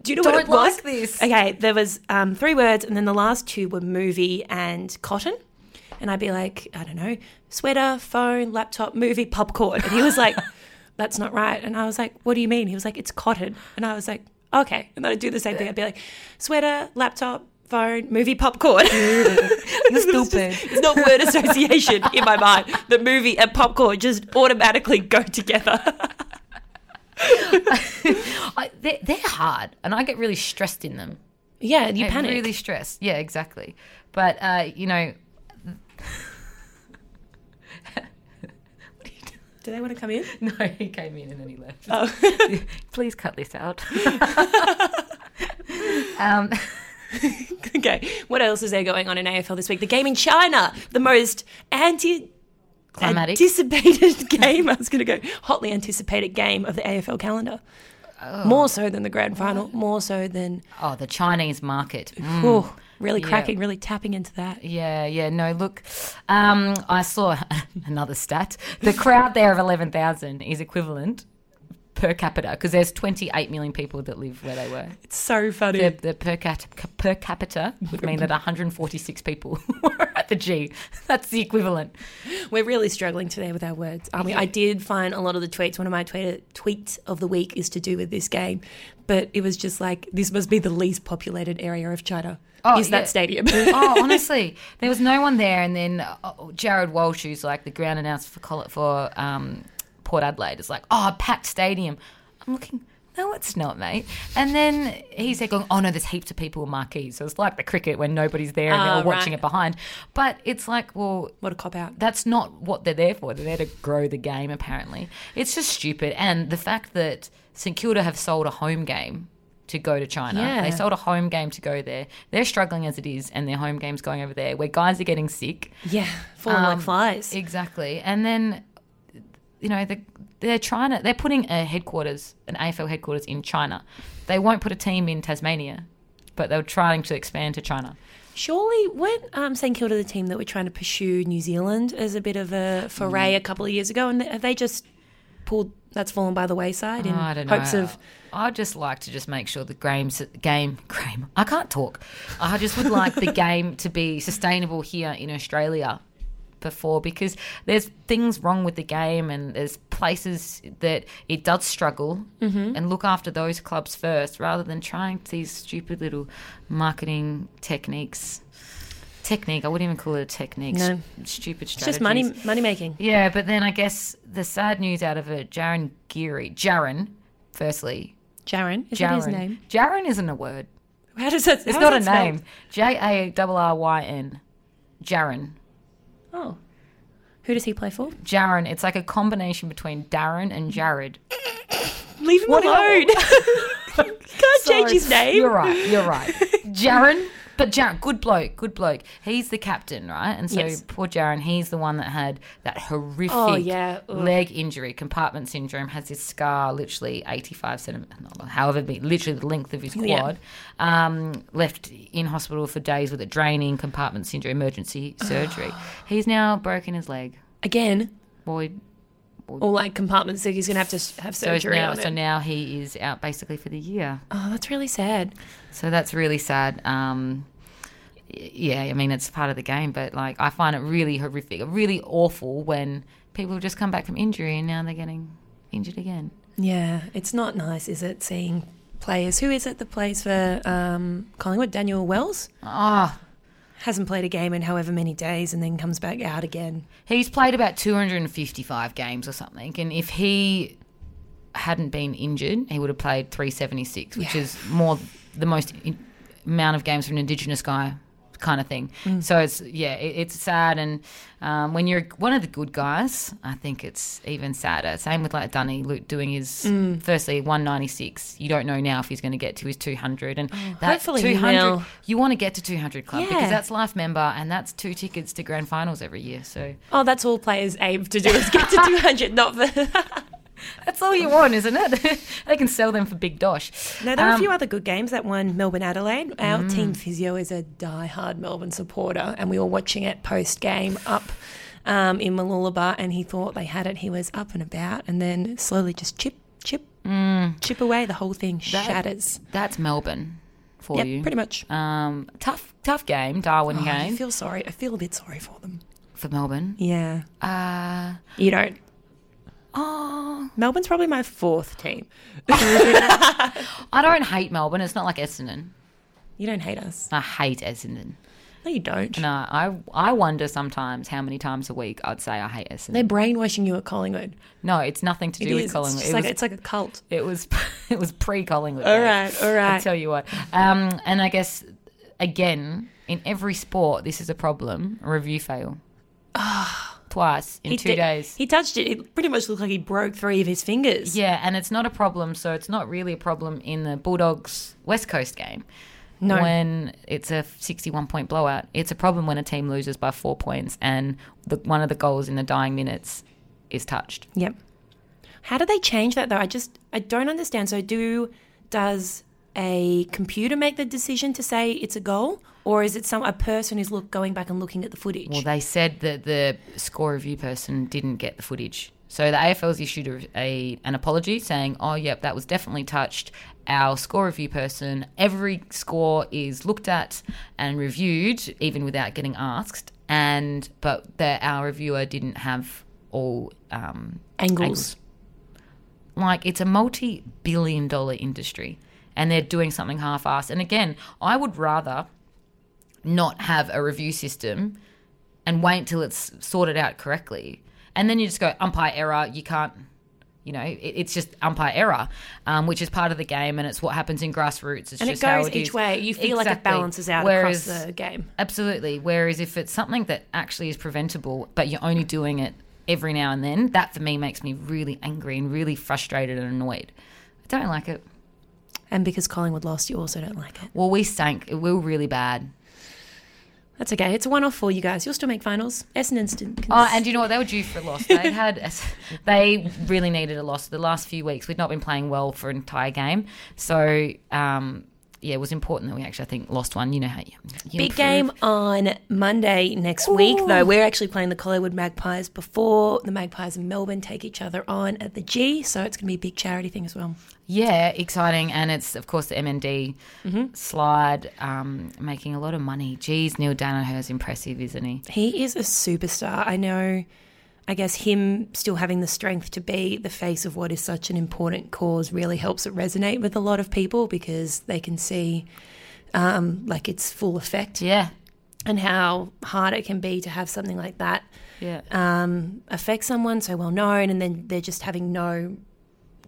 S2: do you know what
S1: don't
S2: it was?
S1: like this.
S2: Okay, there was um, three words, and then the last two were movie and cotton. And I'd be like, I don't know, sweater, phone, laptop, movie, popcorn. And he was like, That's not right. And I was like, What do you mean? He was like, It's cotton. And I was like, Okay. And then I'd do the same thing. I'd be like, Sweater, laptop, phone, movie, popcorn.
S1: You're stupid.
S2: It's not word association in my mind. The movie and popcorn just automatically go together.
S1: I, they're, they're hard, and I get really stressed in them.
S2: Yeah, you
S1: It
S2: panic.
S1: Really stressed. Yeah, exactly. But uh, you know,
S2: Do they want to come in?
S1: No, he came in and then he left.
S2: Oh.
S1: Please cut this out. um,
S2: okay. What else is there going on in AFL this week? The game in China, the most anti
S1: Climatic.
S2: anticipated game. I was going to go hotly anticipated game of the AFL calendar. More so than the grand final. More so than
S1: oh, the Chinese market. Mm.
S2: oh, really
S1: Yeah.
S2: cracking, really tapping into that.
S1: Yeah, yeah. No, look, um, I saw another stat. The crowd there of 11,000 is equivalent per capita because there's 28 million people that live where they were.
S2: It's so funny.
S1: The, the per, cap- per capita would mean that 146 people were at the G. That's the equivalent.
S2: We're really struggling today with our words, aren't we? I did find a lot of the tweets. One of my tweet, tweets of the week is to do with this game, but it was just like this must be the least populated area of China.
S1: Oh,
S2: is
S1: yeah.
S2: that stadium?
S1: oh, honestly, there was no one there. And then uh, Jared Walsh, who's like the ground announcer for Col- for um, Port Adelaide, is like, "Oh, packed stadium." I'm looking. No, it's not, mate. And then he's there going, "Oh no, there's heaps of people in marquees." So it's like the cricket when nobody's there and they're
S2: Ah,
S1: all watching
S2: right.
S1: it behind. But it's like, well,
S2: what a cop out.
S1: that's not what they're there for. They're there to grow the game. Apparently, it's just stupid. And the fact that St Kilda have sold a home game to go to China,
S2: Yeah.
S1: they sold a home game to go there. They're struggling as it is, and their home game's going over there, where guys are getting sick.
S2: Yeah, falling like
S1: Um,
S2: flies.
S1: Exactly. And then, you know, the, they're trying to. They're putting a headquarters, an AFL headquarters in China. They won't put a team in Tasmania, but they're trying to expand to China.
S2: Surely, weren't um, St Kilda the team that were trying to pursue New Zealand as a bit of a
S1: Mm.
S2: foray a couple of years ago? And have they just pulled that's fallen by the wayside in
S1: Oh, I don't know.
S2: hopes of
S1: I just like to just make sure the game's game game. I can't talk. I just would like the game to be sustainable here in Australia before because there's things wrong with the game and there's places that it does struggle
S2: Mm-hmm.
S1: and look after those clubs first rather than trying these stupid little marketing techniques. Technique, I wouldn't even call it a technique.
S2: No.
S1: S- Stupid strategies.
S2: it's just money money making?
S1: Yeah, but then I guess the sad news out of it, Jaron Geary, Jaron, firstly,
S2: Jaron is that
S1: Jaron.
S2: his name?
S1: Jaron isn't a word.
S2: How does that?
S1: It's not a name. J A R R Y N. Jaron.
S2: Oh, who does he play for?
S1: Jaron. It's like a combination between Darren and Jared.
S2: Leave him
S1: What
S2: alone. Can't change his
S1: Sorry.
S2: name.
S1: You're right. You're right. Jaron. But Jaron, good bloke, good bloke. He's the captain, right? And so
S2: Yes.
S1: poor Jaron, he's the one that had that horrific
S2: Oh, yeah. Ugh.
S1: leg injury, compartment syndrome, has this scar, literally 85 centimetres, however big, literally the length of his
S2: Yeah.
S1: quad. Um, left in hospital for days with a draining compartment syndrome, emergency surgery. he's now broken his leg.
S2: Again,
S1: Boyd.
S2: all like compartments. So he's gonna have to s- have
S1: So, it's
S2: surgery
S1: now,
S2: on
S1: so
S2: it.
S1: now he is out basically for the year.
S2: Oh, that's really sad.
S1: So that's really sad. Um, y- yeah, I mean, it's part of the game, but like, I find it really horrific, really awful when people have just come back from injury and now they're getting injured again.
S2: Yeah, it's not nice, is it? Seeing players. Who is it that plays for um, Collingwood? Daniel Wells
S1: Ah,
S2: hasn't played a game in however many days, and then comes back out again.
S1: he's played about 255 games or something, and if he hadn't been injured, he would have played 376, which
S2: Yeah.
S1: is more the most in- amount of games for an Indigenous guy kind of thing.
S2: Mm.
S1: So it's yeah, it, it's sad, and um, when you're one of the good guys, I think it's even sadder. Same with like Dunny Luke doing his
S2: Mm.
S1: firstly 196. You don't know now if he's going to get to his 200, and that's
S2: Oh, hopefully he
S1: 200.
S2: will.
S1: You want to get to 200 club because
S2: Yeah.
S1: that's life member, and that's two tickets to grand finals every year. So.
S2: Oh, that's all players aim to do is get to 200, not for.
S1: That's all you want, isn't it? they can sell them for big dosh.
S2: No, there are
S1: Um, Mm.
S2: a few other good games. That one, Melbourne Adelaide. Our team physio is a die-hard Melbourne supporter, and we were watching it post game up um, in Malulabar, and he thought they had it. He was up and about, and then slowly just chip, chip,
S1: Mm.
S2: chip away. The whole thing shatters.
S1: That's Melbourne for
S2: Yep,
S1: you.
S2: pretty much.
S1: Um, tough, tough game, Darwin
S2: Oh, I
S1: game
S2: feel sorry. I feel a bit sorry for them.
S1: for Melbourne.
S2: Yeah,
S1: Uh,
S2: you don't.
S1: oh,
S2: Melbourne's probably my fourth team.
S1: I don't hate Melbourne. It's not like Essendon.
S2: You don't hate us.
S1: I hate Essendon.
S2: No, you don't.
S1: No, I I wonder sometimes how many times a week I'd say I hate Essendon.
S2: They're brainwashing you at Collingwood.
S1: no, it's nothing to
S2: It
S1: do
S2: is.
S1: with Collingwood.
S2: It's, just
S1: It
S2: like,
S1: was-
S2: it's like a cult.
S1: It was it was pre Collingwood.
S2: All right, all
S1: I
S2: right.
S1: tell you what. Um, and I guess again in every sport this is a problem. Review fail. twice in
S2: He
S1: two
S2: did-
S1: days.
S2: He touched it. It pretty much looked like he broke three of his fingers.
S1: yeah, and it's not a problem, so it's not really a problem in the Bulldogs West Coast game.
S2: No.
S1: When it's a 61 point blowout, it's a problem when a team loses by four points and the, one of the goals in the dying minutes is touched.
S2: Yep. How do they change that though? I just I don't understand. So do does a computer make the decision to say it's a goal, or is it some a person who's look going back and looking at the footage?
S1: Well, they said that the score review person didn't get the footage. So the AFL's issued a, a, an apology saying, oh, yep, that was definitely touched. Our score review person, every score is looked at and reviewed, even without getting asked. And but the, our reviewer didn't have all um,
S2: Angles.
S1: like it's a multi-billion dollar industry and they're doing something half-assed and again i would rather not have a review system and wait until it's sorted out correctly and then you just go umpire error you can't you know it, it's just umpire error um, which is part of the game and it's what happens in grassroots it's
S2: and it
S1: just how
S2: goes each
S1: is.
S2: way. You feel like it
S1: Exactly.
S2: balances out
S1: Whereas-
S2: across the game.
S1: Absolutely. Whereas if it's something that actually is preventable, but you're only doing it every now and then, that for me makes me really angry and really frustrated and annoyed. I don't like it.
S2: And because Collingwood lost, you also don't like it.
S1: Well, we sank. We were really bad.
S2: That's okay. It's a one off for you guys. You'll still make finals. Essendon didn't.
S1: Oh, and you know what? They were due for a loss. They had, they really needed a loss. The last few weeks, we'd not been playing well for an entire game. So, um, yeah, it was important that we actually, I think, lost one. You know how you, you
S2: Big
S1: improve.
S2: game on Monday next week, though. We're actually playing the Collingwood Magpies before the Magpies in Melbourne take each other on at the G, so it's going to be a big charity thing as well.
S1: Yeah, exciting, and it's of course the MND Mm-hmm. slide um, making a lot of money. Geez, Neil Danaher's impressive, isn't he?
S2: He is a superstar. I know, I guess, him still having the strength to be the face of what is such an important cause really helps it resonate with a lot of people because they can see um, like its full effect
S1: Yeah,
S2: and how hard it can be to have something like that
S1: yeah,
S2: um, affect someone so well known, and then they're just having no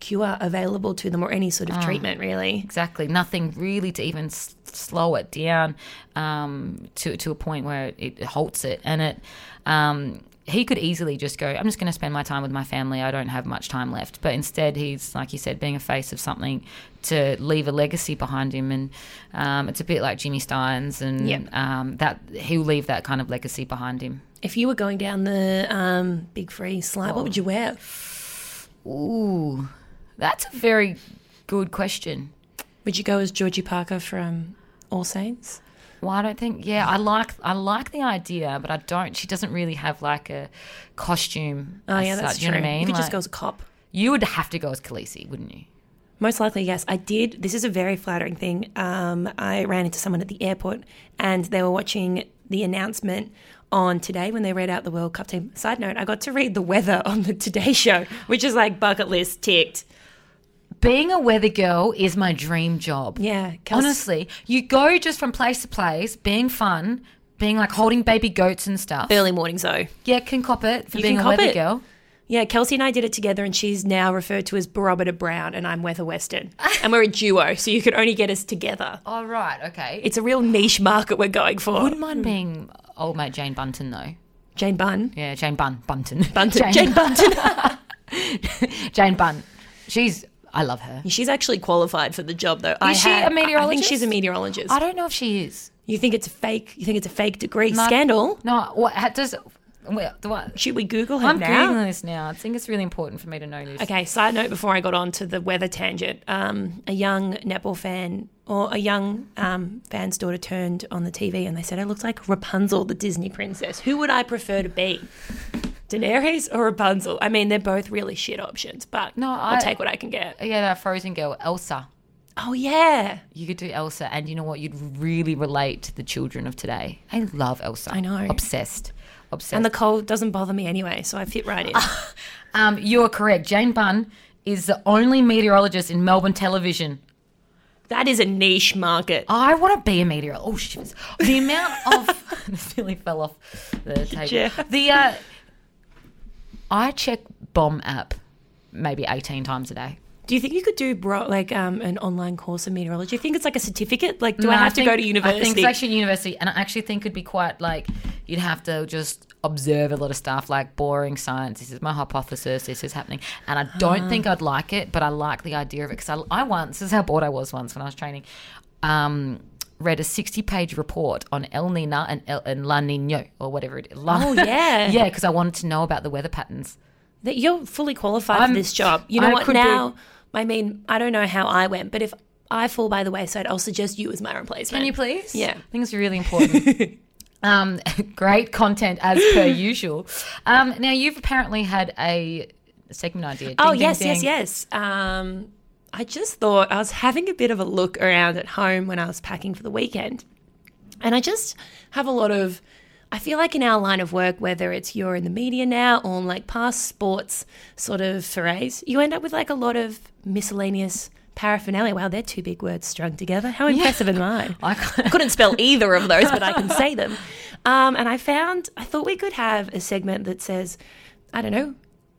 S2: cure available to them or any sort of treatment, really.
S1: exactly. Nothing really to even s- slow it down um, to to a point where it, it halts it, and it. Um, he could easily just go. I'm just going to spend my time with my family. I don't have much time left. But instead, he's like you said, being a face of something to leave a legacy behind him, and um, it's a bit like Jimmy Steins, and
S2: Yep.
S1: um, that he'll leave that kind of legacy behind him.
S2: If you were going down the um, big free slide, what would you wear?
S1: Ooh, that's a very good question.
S2: Would you go as Georgie Parker from All Saints?
S1: Well, I don't think. Yeah, I like I like the idea, but I don't. She doesn't really have like a costume.
S2: Oh,
S1: as
S2: yeah, that's
S1: such,
S2: true.
S1: You, know what I mean?
S2: could just
S1: Like,
S2: go as a cop.
S1: you would have to go as Khaleesi, wouldn't you?
S2: Most likely, yes. I did. This is a very flattering thing. Um, I ran into someone at the airport and they were watching the announcement on today when they read out the World Cup team. Side note, I got to read the weather on the Today Show, which is like bucket list ticked.
S1: Being a weather girl is my dream job.
S2: Yeah. Kels-
S1: Honestly, you go just from place to place, being fun, being like holding baby goats and stuff.
S2: Early mornings, though.
S1: Yeah, can cop it for
S2: You
S1: being
S2: can
S1: a
S2: cop
S1: weather
S2: it.
S1: girl.
S2: Yeah, Kelsey and I did it together, and she's now referred to as Barometer Brown, and I'm Weather Weston. and we're a duo, so you could only get us together.
S1: All Oh, right, okay.
S2: It's a real niche market we're going for.
S1: wouldn't mind being old mate Jane Bunton though.
S2: Jane Bunn.
S1: Yeah, Jane Bun Bunton.
S2: Bunton.
S1: Jane,
S2: Jane Bunton.
S1: Jane Bun. She's. I love her.
S2: She's actually qualified for the job, though. Is I
S1: she a
S2: have- I- I think
S1: meteorologist?
S2: she's a meteorologist.
S1: I don't know if she is.
S2: You think it's a fake? You think it's a fake degree
S1: No.
S2: scandal?
S1: No. What how does? Well, the what?
S2: Should we Google her
S1: I'm
S2: now?
S1: googling this now. I think it's really important for me to know this.
S2: Okay. Side note: Before I got on to the weather tangent, um, a young netball fan or a young um, fan's daughter turned on the TV and they said I looked like Rapunzel, the Disney princess. Who would I prefer to be? Daenerys or Rapunzel? I mean, they're both really shit options, but
S1: No,
S2: I'll
S1: I-
S2: take what I can get.
S1: Oh, Yeah, that Frozen girl, Elsa.
S2: Oh yeah,
S1: You could do Elsa, and you know what? You'd really relate to the children of today. I love Elsa. I
S2: know.
S1: Obsessed. Obsessed.
S2: and the cold doesn't bother me anyway, so I fit right in.
S1: um, you are correct. Jane Bunn is the only meteorologist in Melbourne television.
S2: that is a niche market.
S1: I want to be a meteorologist. Oh, shivers. The amount of. this nearly fell off the table.
S2: Yeah.
S1: The. Uh, I check bomb app maybe 18 times a day.
S2: Do you think you could do bro- like um, an online course in meteorology? Do you think it's like a certificate? Like, do I
S1: No,
S2: have
S1: think-
S2: to go to
S1: I think
S2: university?
S1: it's actually university, and I actually think it'd be quite like you'd have to just observe a lot of stuff, like boring science. This is my hypothesis. This is happening, and I don't think I'd like it, but I like the idea of it because I, I once this is how bored I was once when I was training. Um, read a sixty-page report on El Nino and, El, and La Nino or whatever it is. La-
S2: Oh, yeah.
S1: yeah, because I wanted to know about the weather patterns.
S2: that you're fully qualified
S1: I'm-
S2: for this job. You know
S1: I
S2: what?
S1: could do-
S2: Now, I mean, I don't know how I went, but if I fall by the wayside, I'll suggest you as my replacement.
S1: Can you please?
S2: Yeah.
S1: Things are really important. um, great content as per usual. Um, now, you've apparently had a segment idea. Ding,
S2: Oh
S1: ding,
S2: yes,
S1: ding.
S2: yes, yes. Um, I just thought I was having a bit of a look around at home when I was packing for the weekend, and I just have a lot of. I feel like in our line of work, whether it's you're in the media now or in like past sports sort of forays, you end up with like a lot of miscellaneous paraphernalia. Wow, they're two big words strung together. How impressive am I?
S1: I can't-
S2: I couldn't spell either of those, but I can say them. Um, and I found, I thought we could have a segment that says, I don't know.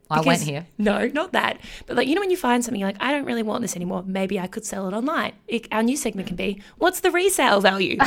S1: I went
S2: because-
S1: here.
S2: No, not that. But like, you know, when you find something, you're like, I don't really want this anymore. Maybe I could sell it online. It, our new segment can be, what's the resale value?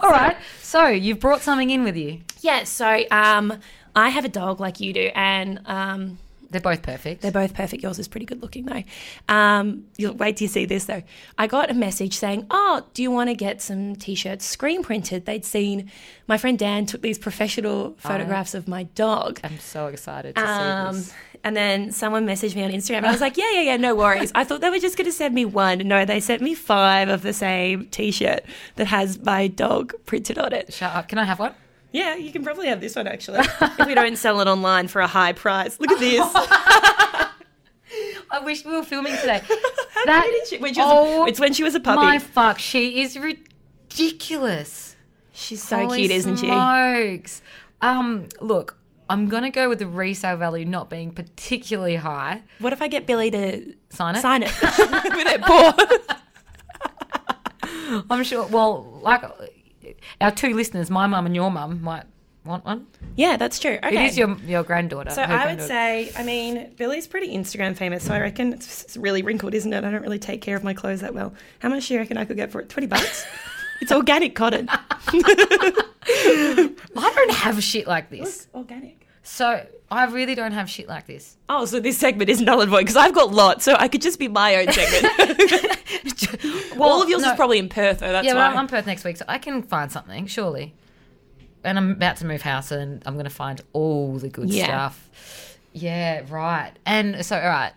S1: All right. So, you've brought something in with you.
S2: yeah. So, um, I have a dog like you do, and um,
S1: They're both perfect.
S2: They're both perfect. Yours is pretty good looking though. Um, you'll wait till you see this though. I got a message saying, "Oh, do you want to get some t-shirts screen printed?" They'd seen my friend Dan took these
S1: Oh.
S2: professional photographs of my dog.
S1: I'm so excited to see
S2: Um,
S1: this.
S2: and then someone messaged me on Instagram. And I was like, "Yeah, yeah, yeah, no worries." I thought they were just going to send me one. No, they sent me five of the same t-shirt that has my dog printed on it.
S1: Shut up. Can I have one?
S2: Yeah, you can probably have this one actually. if we don't sell it online for a high price. Look at this.
S1: I wish we were filming today.
S2: How
S1: That-
S2: did she- when she was-
S1: oh,
S2: it's when she was a puppy.
S1: My fuck. She is ridiculous.
S2: She's so
S1: Holy
S2: cute, isn't she?
S1: smokes. Um, look, I'm gonna go with the resale value not being particularly high.
S2: What if I get Billy to
S1: Sign it.
S2: sign it with her paw?
S1: I'm sure. Well, like our two listeners, my mum and your mum, might want one.
S2: yeah, that's true. Okay.
S1: It is your your granddaughter.
S2: so I would say, I mean, Billy's pretty Instagram famous, so I reckon it's, it's really wrinkled, isn't it? I don't really take care of my clothes that well. How much do you reckon I could get for it? 20 bucks? it's organic cotton.
S1: I don't have shit like this.
S2: organic.
S1: So I really don't have shit like this.
S2: Oh, so this segment is null and void because I've got lots, so I could just be my own segment.
S1: Well,
S2: All of yours
S1: no.
S2: is probably in Perth, though. That's
S1: Yeah, but
S2: why.
S1: I'm, I'm Perth next week, so I can find something surely. And I'm about to move house, and I'm going to find all the good
S2: Yeah.
S1: stuff. Yeah, right. And so, all right,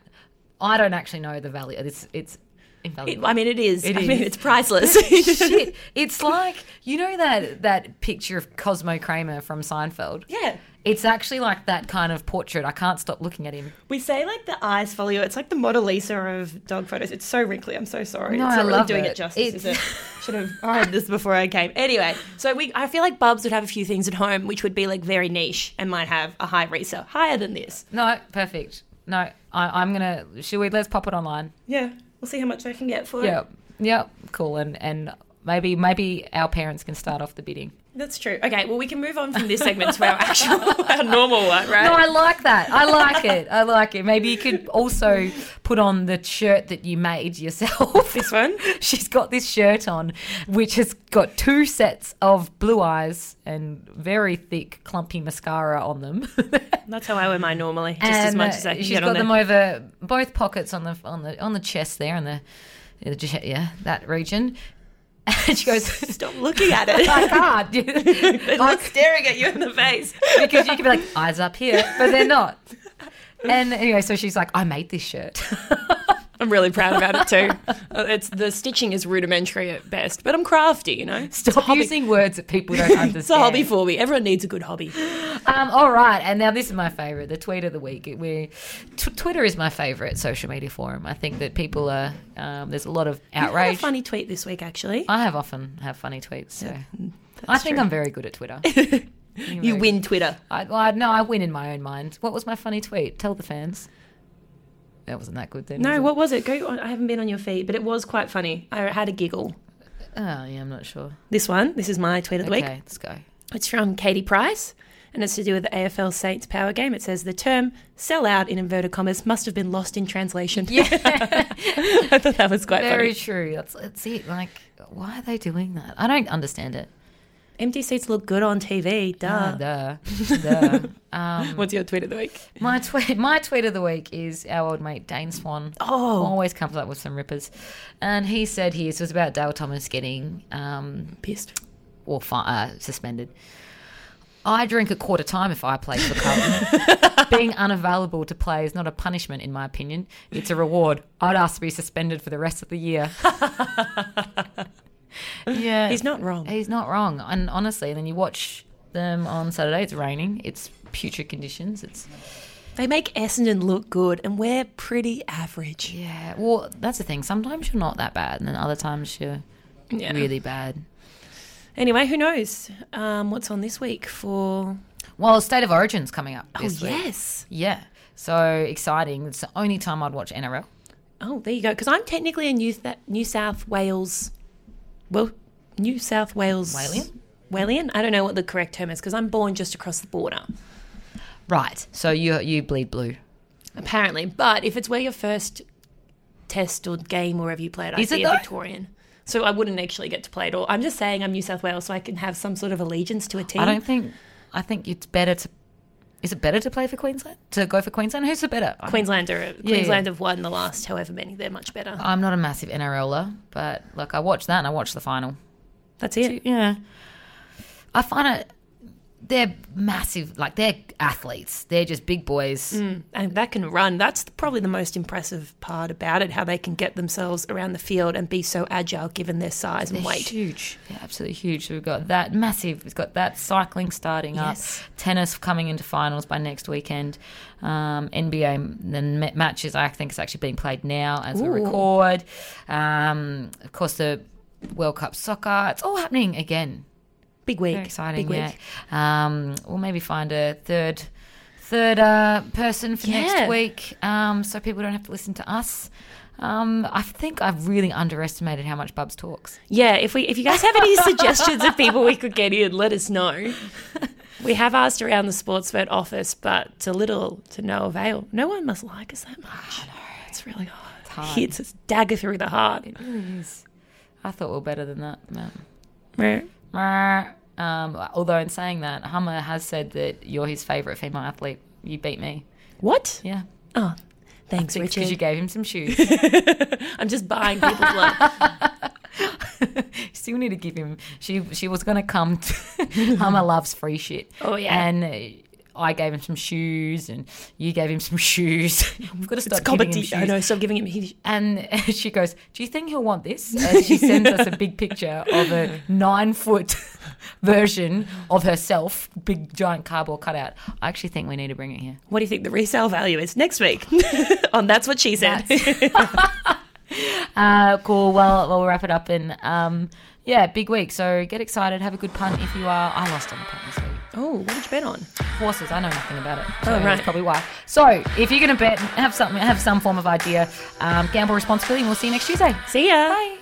S1: I don't actually know the value. It's it's
S2: It-
S1: invaluable.
S2: I mean, it is.
S1: It
S2: I mean,
S1: is.
S2: it's priceless.
S1: Shit, it's like you know that that picture of Cosmo Kramer from Seinfeld.
S2: Yeah.
S1: It's actually like that kind of portrait. I can't stop looking at him.
S2: We say like the eyes follow you. It's like the Mona Lisa of dog photos. It's so wrinkly. I'm so sorry.
S1: No,
S2: it's
S1: I
S2: not
S1: love
S2: really doing
S1: it.
S2: it, justice, is
S1: It's-
S2: it? Should have ironed this before I came. Anyway, so we I feel like Bubs would have a few things at home which would be like very niche and might have a high resale, higher than this.
S1: No, perfect. No, I, I'm gonna. Should we? Let's pop it online.
S2: Yeah. We'll see how much I can get for
S1: Yeah, yeah, cool. And and maybe maybe our parents can start off the bidding.
S2: That's true. Okay, well we can move on from this segment to our actual our normal one, right?
S1: No, I like that. I like it. I like it. Maybe you could also put on the shirt that you made yourself.
S2: this one.
S1: She's got this shirt on, which has got two sets of blue eyes and very thick, clumpy mascara on them.
S2: That's how I wear mine normally, just as
S1: And,
S2: much
S1: uh,
S2: as I can
S1: she's
S2: get
S1: got them
S2: on there.
S1: over both pockets on the on the on the chest there and the, the j- yeah that region. And she goes,
S2: Stop looking at it.
S1: "I can't."
S2: I'm staring at you in the face.
S1: because you could be like eyes up here, but they're not. And anyway, so she's like, I made this shirt.
S2: I'm really proud about it too. Uh, It's the stitching is rudimentary at best, but I'm crafty, you know. It's
S1: Stop using words that people don't understand.
S2: a hobby for me. Everyone needs a good hobby.
S1: Um, all right, and now this is my favorite, the tweet of the week. It- We, t- Twitter is my favorite social media forum. I think that people are um, there's a lot of
S2: I had a
S1: outrage.
S2: funny tweet this week actually.
S1: I have often have funny tweets, so I think
S2: mm, true.
S1: I'm very good at Twitter.
S2: You win Twitter.
S1: I, well, I, no, I win in my own mind. What was my funny tweet? Tell the fans. That wasn't that good then. was
S2: No,
S1: it?
S2: what was it? Go. on- I haven't been on your feed, but it was quite funny. I had a giggle.
S1: Oh yeah, I'm not sure.
S2: This one. This is my tweet of the
S1: Okay,
S2: week.
S1: let's go.
S2: It's from Katie Price. and it's to do with the AFL Saints power game. It says the term "sell out" in inverted commas must have been lost in translation.
S1: Yeah.
S2: I thought that was quite
S1: Very
S2: funny.
S1: true. That's, that's it. Like, why are they doing that? I don't understand it.
S2: Empty seats look good on TV. Duh.
S1: Ah, duh. duh. Um,
S2: What's your tweet of the week?
S1: my tweet, my tweet of the week is our old mate Dane Swan.
S2: Oh,
S1: Always comes up with some rippers, and he said his was about Dale Thomas getting um,
S2: pissed.
S1: or fi- uh, suspended. I drink a quarter time if I play for Carlton. Being unavailable to play is not a punishment, in my opinion. It's a reward. I'd ask to be suspended for the rest of the year. yeah,
S2: He's not wrong.
S1: He's not wrong. And honestly, then you watch them on Saturday. It's raining. It's putrid conditions. It's
S2: They make Essendon look good, and we're pretty average.
S1: yeah. Well, that's the thing. Sometimes you're not that bad, and then other times you're
S2: Yeah.
S1: really bad.
S2: Anyway, who knows um, what's on this week for?
S1: Well, State of Origin's coming up this
S2: oh
S1: week.
S2: yes.
S1: Yeah. So exciting. It's the only time I'd watch NRL.
S2: Oh, there you go. Because I'm technically a New Th- New South Wales, well, New South Wales
S1: Walian?
S2: Walian. I don't know what the correct term is because I'm born just across the border,
S1: Right. So you you bleed blue.
S2: apparently. But if it's where your first test or game or wherever you play it, I'd
S1: Is it
S2: be
S1: though?
S2: a Victorian. So I wouldn't actually get to play it all. I'm just saying I'm New South Wales, so I can have some sort of allegiance to a team.
S1: I don't think. I think it's better to. Is it better to play for Queensland? To go for Queensland? Who's the better? I'm-
S2: Queensland are Queensland have won the last however many. They're much better.
S1: I'm not a massive NRLer, but look, I watched that and I watched the final.
S2: That's it.
S1: Yeah. I find it. They're massive. Like they're athletes. They're just big boys.
S2: And that can run. That's the- probably the most impressive part about it, how they can get themselves around the field and be so agile given their size and
S1: They're
S2: weight.
S1: huge. They're absolutely huge. So we've got that massive. We've got that cycling starting
S2: Yes.
S1: up, tennis coming into finals by next weekend, um, NBA then ma- matches. I think it's actually being played now as we
S2: Ooh.
S1: record. Um, of course, the World Cup soccer. It's all happening again.
S2: Big week.
S1: Very exciting.
S2: Big
S1: yeah.
S2: week.
S1: Um, we'll maybe find a third. Third uh, person for
S2: Yeah.
S1: next week, um, so people don't have to listen to us. Um, I think I've really underestimated how much Bubs talks.
S2: Yeah, if we if you guys have any suggestions of people we could get in, let us know. We have asked around the Sportsvet office, but to little to no avail. No one must like us that much. It's really hard.
S1: hard.
S2: Hits us dagger through the heart.
S1: I thought we were better than that. man.
S2: Right.
S1: Meh. Um, although in saying that, Hummer has said that you're his favourite female athlete. You beat me.
S2: What?
S1: Yeah.
S2: Oh, thanks, Richard.
S1: Because you gave him some shoes.
S2: I'm just buying people's love.
S1: Still need to give him. She she was going to come. To, Hummer loves free shit.
S2: Oh, yeah.
S1: And uh, I gave him some shoes, and you gave him some shoes. We've got to stop giving him
S2: Comedy. I
S1: shoes.
S2: know. Stop giving him. He,
S1: And she goes, "Do you think he'll want this?" And she sends us a big picture of a nine-foot version of herself, big giant cardboard cutout. I actually think we need to bring it here.
S2: What do you think the resale value is next week? On That's What She Said.
S1: Uh, cool. Well, we'll wrap it up. And um, yeah, big week. So get excited. Have a good punt if you are. I lost on the punt this week.
S2: oh, what did you bet on?
S1: Horses. I know nothing about it. So
S2: Oh, right.
S1: That's probably why. So if you're going to bet, have something, have some form of idea. Um, gamble responsibly, and we'll see you next Tuesday.
S2: See ya.
S1: Bye.